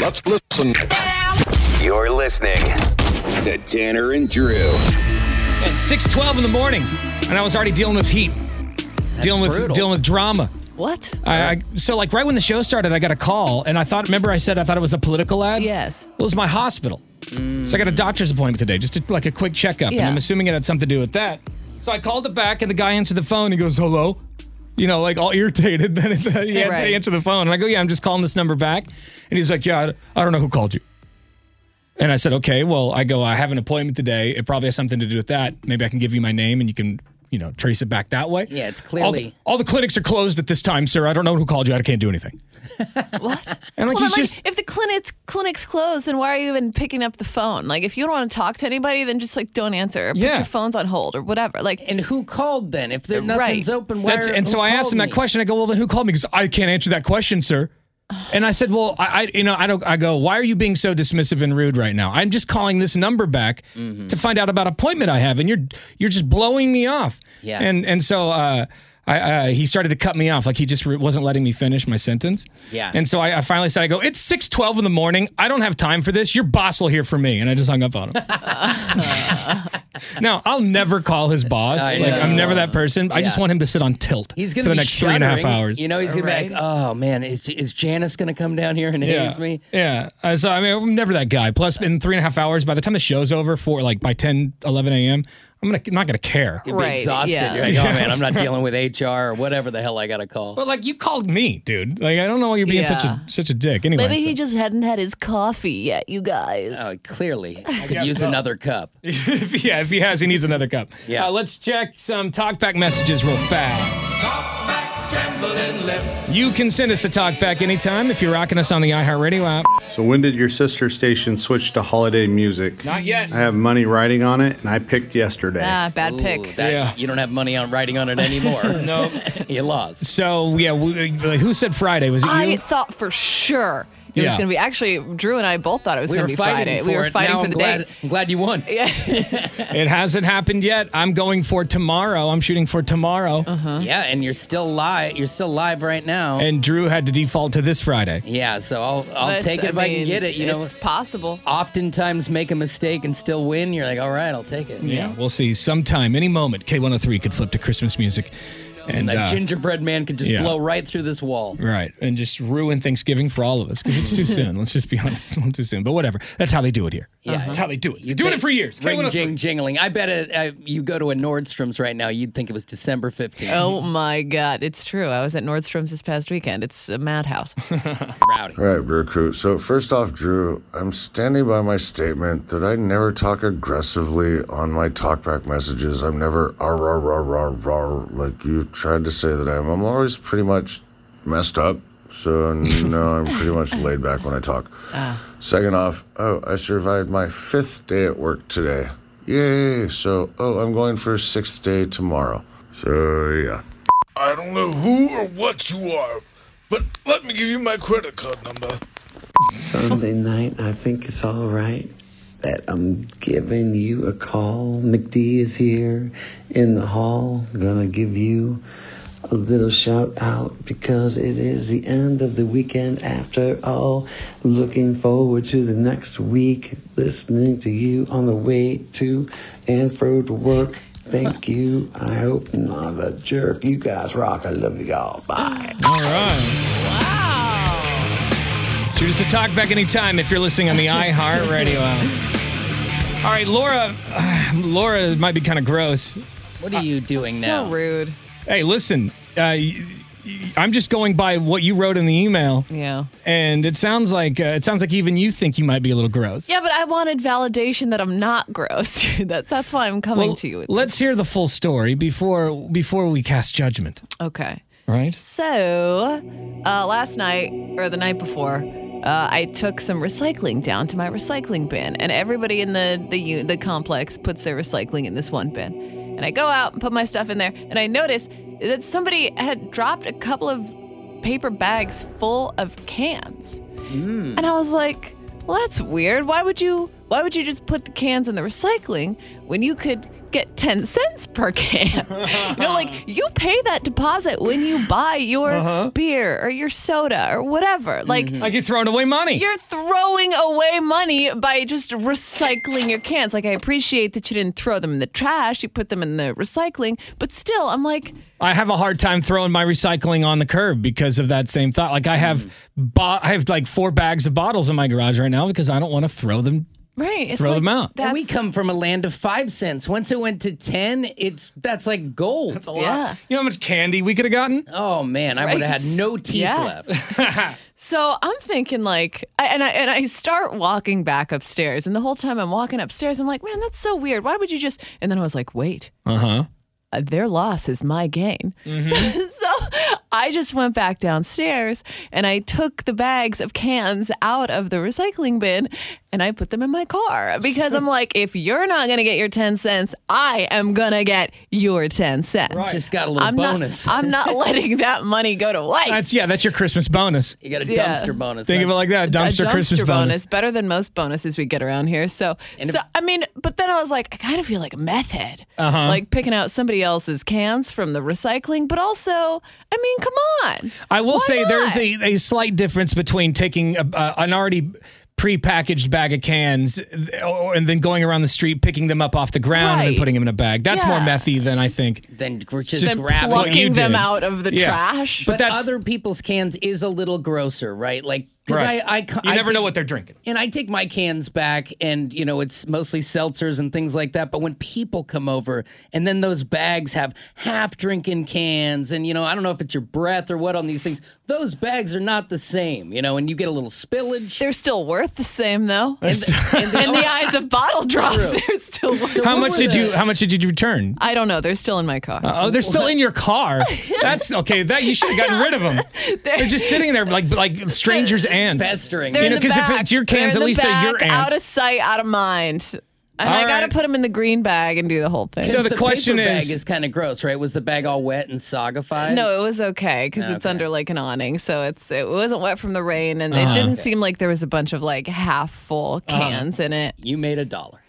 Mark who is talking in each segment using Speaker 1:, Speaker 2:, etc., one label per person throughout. Speaker 1: Let's listen. You're listening to Tanner and Drew.
Speaker 2: At 6:12 in the morning, and I was already dealing with heat, dealing with
Speaker 3: brutal.
Speaker 2: dealing with drama.
Speaker 3: What?
Speaker 2: I, I, so like right when the show started, I got a call, and I thought, remember I said I thought it was a political ad.
Speaker 3: Yes.
Speaker 2: Well, it was my hospital. So I got a doctor's appointment today, just to, like a quick checkup, and
Speaker 3: Yeah.
Speaker 2: I'm assuming it had something to do with that. So I called it back, and the guy answered the phone. He goes, "Hello," you know, like all irritated. Then he had
Speaker 3: Right.
Speaker 2: they answer the phone, and I go, "Yeah, I'm just calling this number back." And he's like, "Yeah, I I don't know who called you." And I said, "Okay, well, I go, I have an appointment today. It probably has something to do with that. Maybe I can give you my name, and you can." You know, trace it back that way.
Speaker 3: Yeah, it's
Speaker 2: All the-
Speaker 3: clearly-
Speaker 2: all the clinics are closed at this time, sir. I don't know who called you. I can't do anything.
Speaker 3: What?
Speaker 2: And like
Speaker 3: well,
Speaker 2: he's
Speaker 3: then,
Speaker 2: just
Speaker 3: if the clinics clinics closed, then why are you even picking up the phone? Like, if you don't want to talk to anybody, then just like don't answer. Or
Speaker 2: Yeah.
Speaker 3: Put your phones on hold or whatever. Like,
Speaker 4: And who called then? If there,
Speaker 3: Right.
Speaker 4: nothing's open, where?
Speaker 2: That's, and so
Speaker 4: who
Speaker 2: I asked
Speaker 4: called
Speaker 2: him
Speaker 4: me?
Speaker 2: that question. I go, well, then who called me? Because I can't answer that question, sir. And I said, well, I, I, you know, I don't. I go, why are you being so dismissive and rude right now? I'm just calling this number back
Speaker 4: Mm-hmm.
Speaker 2: to find out about appointment I have, and you're you're just blowing me off.
Speaker 4: Yeah.
Speaker 2: And and so uh, I uh, he started to cut me off, like he just re- wasn't letting me finish my sentence.
Speaker 4: Yeah.
Speaker 2: And so I, I finally said, I go, it's six twelve in the morning. I don't have time for this. Your boss will hear from me, and I just hung up on him. now I'll never call his boss.
Speaker 4: I
Speaker 2: Like
Speaker 4: know.
Speaker 2: I'm never that person. I just
Speaker 4: Yeah.
Speaker 2: want him to sit on tilt
Speaker 4: He's
Speaker 2: for
Speaker 4: gonna
Speaker 2: the
Speaker 4: be
Speaker 2: next three and a half
Speaker 4: shuddering.
Speaker 2: hours.
Speaker 4: You know, he's gonna be like,
Speaker 3: Right.
Speaker 4: "Oh man, is, is Janice gonna come down here and
Speaker 2: yeah.
Speaker 4: haze me?"
Speaker 2: Yeah. Uh, so I mean, I'm never that guy. Plus, in three and a half hours, by the time the show's over, for like by 10, 11 a.m., I'm gonna I'm not gonna care.
Speaker 4: You'd
Speaker 3: Right,
Speaker 4: be exhausted.
Speaker 3: yeah.
Speaker 4: You're like, "Oh man, I'm not dealing with HR or whatever the hell I gotta call."
Speaker 2: But like you called me, dude. Like I don't know why you're being such a
Speaker 3: Yeah.
Speaker 2: such a dick. Anyway,
Speaker 3: maybe he
Speaker 2: so-
Speaker 3: just hadn't had his coffee yet, you guys.
Speaker 4: Uh, clearly, I could
Speaker 2: guess
Speaker 4: use
Speaker 2: so.
Speaker 4: another cup.
Speaker 2: if, yeah, if he has, he needs another cup.
Speaker 4: Yeah.
Speaker 2: Uh, let's check some talkback messages real fast. You can send us a talkback anytime if you're rocking us on the iHeartRadio app.
Speaker 5: So when did your sister station switch to holiday music?
Speaker 2: Not yet.
Speaker 5: I have money riding on it, and I picked yesterday.
Speaker 3: ah, bad
Speaker 4: Ooh,
Speaker 3: pick.
Speaker 4: that-
Speaker 2: Yeah.
Speaker 4: You don't have money on writing on it anymore.
Speaker 2: No.
Speaker 4: you lost.
Speaker 2: So yeah, we, like, who said Friday? Was it
Speaker 3: I
Speaker 2: you?
Speaker 3: thought for sure it was
Speaker 2: Yeah.
Speaker 3: going to be. Actually, Drew and I both thought it was
Speaker 4: We
Speaker 3: going
Speaker 4: were
Speaker 3: to be
Speaker 4: fighting
Speaker 3: Friday.
Speaker 4: for
Speaker 3: we were
Speaker 4: it.
Speaker 3: fighting
Speaker 4: Now
Speaker 3: for
Speaker 4: I'm
Speaker 3: the
Speaker 4: glad,
Speaker 3: date.
Speaker 4: I'm glad you won.
Speaker 2: It hasn't happened yet. I'm going for tomorrow. I'm shooting for tomorrow.
Speaker 4: Yeah, and you're still live. You're still live right now.
Speaker 2: And Drew had to default to this Friday.
Speaker 4: yeah, so I'll I'll
Speaker 3: But,
Speaker 4: take it if I can
Speaker 3: mean,
Speaker 4: get it. You know,
Speaker 3: it's possible.
Speaker 4: oftentimes make a mistake and still win. You're like, all right, I'll take it.
Speaker 2: Yeah, we'll see. Sometime, any moment, K103 could flip to Christmas music. And
Speaker 4: That
Speaker 2: uh,
Speaker 4: gingerbread man could just
Speaker 2: yeah.
Speaker 4: blow right through this wall.
Speaker 2: Right. And just ruin Thanksgiving for all of us because it's too soon. Let's just be honest. It's a little too soon. But whatever. That's how they do it here.
Speaker 4: Yeah,
Speaker 2: That's how they do it.
Speaker 4: You
Speaker 2: You're doing
Speaker 4: think-
Speaker 2: it for years.
Speaker 4: Ring
Speaker 2: K103.
Speaker 4: jing jingling. I bet it, uh, you go to a Nordstrom's right now, you'd think it was December 15th.
Speaker 3: Oh my God, it's true. I was at Nordstrom's this past weekend. It's a madhouse.
Speaker 4: Rowdy.
Speaker 6: All right, Brew Crew. So, first off, Drew, I'm standing by my statement that I never talk aggressively on my talkback messages. I'm never ar rah rah rah rah like you tried to say that I am. I'm always pretty much messed up. So, no, I'm pretty much laid back when I talk. Second off, oh, I survived my fifth day at work today. Yay. So, oh, I'm going for a sixth day tomorrow. So, yeah.
Speaker 7: I don't know who or what you are, but let me give you my credit card number.
Speaker 8: Sunday night, I think it's all right that I'm giving you a call. McD is here in the hall. Gonna give you a little shout out because it is the end of the weekend after all. Looking forward to the next week, listening to you on the way to and fro to work. Thank you. I hope I'm not a jerk. You guys rock. I love you all. Bye.
Speaker 2: All right. Wow. Shoot us a talk back anytime if you're listening on the iHeartRadio app. All right, Laura. uh, Laura might be kind of gross.
Speaker 4: What are you doing now?
Speaker 3: so rude.
Speaker 2: Hey, listen, uh, y- y- I'm just going by what you wrote in the email,
Speaker 3: Yeah.
Speaker 2: and it sounds like uh, it sounds like even you think you might be a little gross.
Speaker 3: Yeah, but I wanted validation that I'm not gross. that's that's why I'm coming
Speaker 2: Well,
Speaker 3: to you. With
Speaker 2: let's hear the full story before before we cast judgment.
Speaker 3: okay.
Speaker 2: Right?
Speaker 3: So, uh, last night or the night before, uh, I took some recycling down to my recycling bin, and everybody in the the u- the complex puts their recycling in this one bin. And I go out and put my stuff in there, and I notice that somebody had dropped a couple of paper bags full of cans. And I was like, well, that's weird. Why would you why would you just put the cans in the recycling when you could get 10 cents per can? you know, like you pay that deposit when you buy your
Speaker 2: Uh-huh. Mm-hmm.
Speaker 3: beer or your soda or whatever. Like
Speaker 2: Like you're throwing away money.
Speaker 3: you're throwing away money by just recycling your cans. Like I appreciate that you didn't throw them in the trash, you put them in the recycling, but still I'm like
Speaker 2: I have a hard time throwing my recycling on the curb because of that same thought. Like I have, bo- I have like four bags of bottles in my garage right now because I don't want to throw them.
Speaker 3: Right.
Speaker 2: Throw them out.
Speaker 4: And we come from a land of five cents. Once it went to ten, it's that's like gold. That's a
Speaker 3: lot. Yeah.
Speaker 2: You know how much candy we could have gotten?
Speaker 4: Oh man, I would have had no teeth
Speaker 3: Yeah.
Speaker 4: left.
Speaker 3: So I'm thinking like, I, and I and I start walking back upstairs, and the whole time I'm walking upstairs, I'm like, man, that's so weird. Why would you just? And then I was like, wait,
Speaker 2: Uh
Speaker 4: Uh-huh.
Speaker 2: huh.
Speaker 3: uh, their loss is my gain.
Speaker 4: Mm-hmm.
Speaker 3: So, so I just went back downstairs and I took the bags of cans out of the recycling bin and I put them in my car because I'm like, if you're not gonna get your ten cents, I am gonna get your ten cents.
Speaker 4: Right. Just got a little
Speaker 3: I'm not-
Speaker 4: bonus.
Speaker 3: I'm not letting that money go to waste.
Speaker 2: That's yeah. That's your Christmas bonus.
Speaker 4: You got a
Speaker 3: Yeah.
Speaker 4: dumpster bonus.
Speaker 2: Think of it like that. Dumpster,
Speaker 3: a dumpster
Speaker 2: Christmas bonus.
Speaker 3: better than most bonuses we get around here. So, so I mean, but then I was like, I kind of feel like a meth head,
Speaker 2: Uh-huh.
Speaker 3: like picking out somebody else's cans from the recycling. But also, I mean, come on,
Speaker 2: I will
Speaker 3: Why
Speaker 2: say there is
Speaker 3: not?
Speaker 2: a, a slight difference between taking a, a, an already prepackaged bag of cans uh, or- and then going around the street picking them up off the ground and
Speaker 3: Right.
Speaker 2: then putting them in a bag. That's more
Speaker 3: Yeah.
Speaker 2: methy than I think.
Speaker 4: Then we're just,
Speaker 2: Just
Speaker 4: grabbing
Speaker 2: what you
Speaker 3: plucking them
Speaker 2: did.
Speaker 3: out of the
Speaker 2: Yeah.
Speaker 3: trash.
Speaker 2: But
Speaker 4: But,
Speaker 2: that's-
Speaker 4: other people's cans is a little grosser, right? Like, because
Speaker 2: Right.
Speaker 4: I, I, ca-
Speaker 2: You
Speaker 4: I
Speaker 2: never know
Speaker 4: take-
Speaker 2: what they're drinking.
Speaker 4: And I take my cans back, and you know, it's mostly seltzers and things like that. But when people come over, and then those bags have half drinking cans, and you know, I don't know if it's your breath or what on these things. Those bags are not the same, you know, and you get a little spillage.
Speaker 3: they're still worth the same though. In the,
Speaker 4: And they-
Speaker 3: in the eyes of bottle drop, they're still worth.
Speaker 2: How
Speaker 3: the
Speaker 2: much
Speaker 3: same.
Speaker 2: did you? How much did you return?
Speaker 3: I don't know. They're still in my car.
Speaker 2: Uh, oh, they're still in your car. That's okay. That you should have gotten rid of them. They're just sitting there like like strangers' ants.
Speaker 4: Festering.
Speaker 3: They're
Speaker 2: You know,
Speaker 3: in the
Speaker 2: because if
Speaker 3: back.
Speaker 2: it's your cans,
Speaker 3: They're
Speaker 2: at
Speaker 3: in
Speaker 2: least
Speaker 3: the
Speaker 2: they're
Speaker 3: back,
Speaker 2: your
Speaker 3: Out of
Speaker 2: ants.
Speaker 3: sight, out of mind. And I
Speaker 2: All
Speaker 3: got to
Speaker 2: right.
Speaker 3: put them in the green bag and do the whole thing.
Speaker 2: So the question
Speaker 4: paper
Speaker 2: is-
Speaker 4: bag is kind of gross, right? Was the bag all wet and soggified?
Speaker 3: No, it was okay because it's
Speaker 4: Okay.
Speaker 3: under like an awning, so it's it wasn't wet from the rain, and
Speaker 4: Ah,
Speaker 2: Uh-huh.
Speaker 3: it didn't seem like there was a bunch of like half full
Speaker 4: Uh-huh.
Speaker 3: cans in it.
Speaker 4: you made a dollar.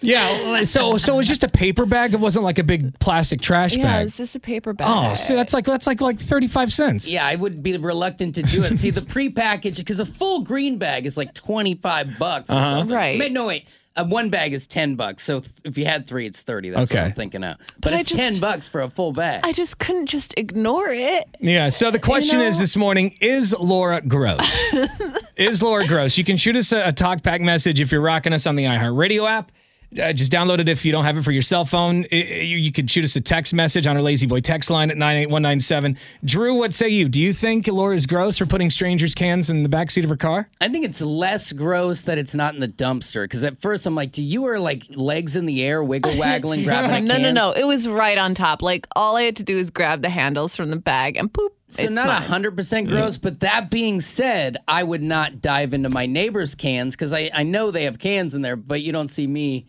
Speaker 2: Yeah. So so it was just a paper bag. It wasn't like a big plastic trash
Speaker 3: Yeah,
Speaker 2: bag.
Speaker 3: it's just a paper bag.
Speaker 2: Oh, so that's like that's like like thirty five cents.
Speaker 4: Yeah, I would be reluctant to do it. See, the prepackaged because a full green bag is like twenty five bucks or something.
Speaker 3: Uh-huh. Right.
Speaker 4: Ma- No wait, uh, one bag is ten bucks. So th- if you had three, it's thirty. That's
Speaker 2: Okay.
Speaker 4: what I'm thinking of. But,
Speaker 3: I
Speaker 4: it's
Speaker 3: just-
Speaker 4: ten bucks for a full bag.
Speaker 3: I just couldn't just ignore it.
Speaker 2: Yeah. So the question
Speaker 3: know-
Speaker 2: is this morning is Laura gross? is Laura gross? You can shoot us a, a talk pack message if you're rocking us on the iHeartRadio app. Uh, just download it if you don't have it for your cell phone. I- I- you, you could shoot us a text message on our Lazy Boy text line at 98197. Drew, what say you? Do you think Laura's gross for putting strangers' cans in the backseat of her car?
Speaker 4: I think it's less gross that it's not in the dumpster. Because at first I'm like, do you are like legs in the air, wiggle waggling, grabbing a
Speaker 3: No, no,
Speaker 4: can?
Speaker 3: no. It was right on top. Like all I had to do is grab the handles from the bag and poop.
Speaker 4: So
Speaker 3: it's Mm-hmm.
Speaker 4: not
Speaker 3: mine.
Speaker 4: hundred percent gross, but that being said, I would not dive into my neighbor's cans because I, I know they have cans in there, but you don't see me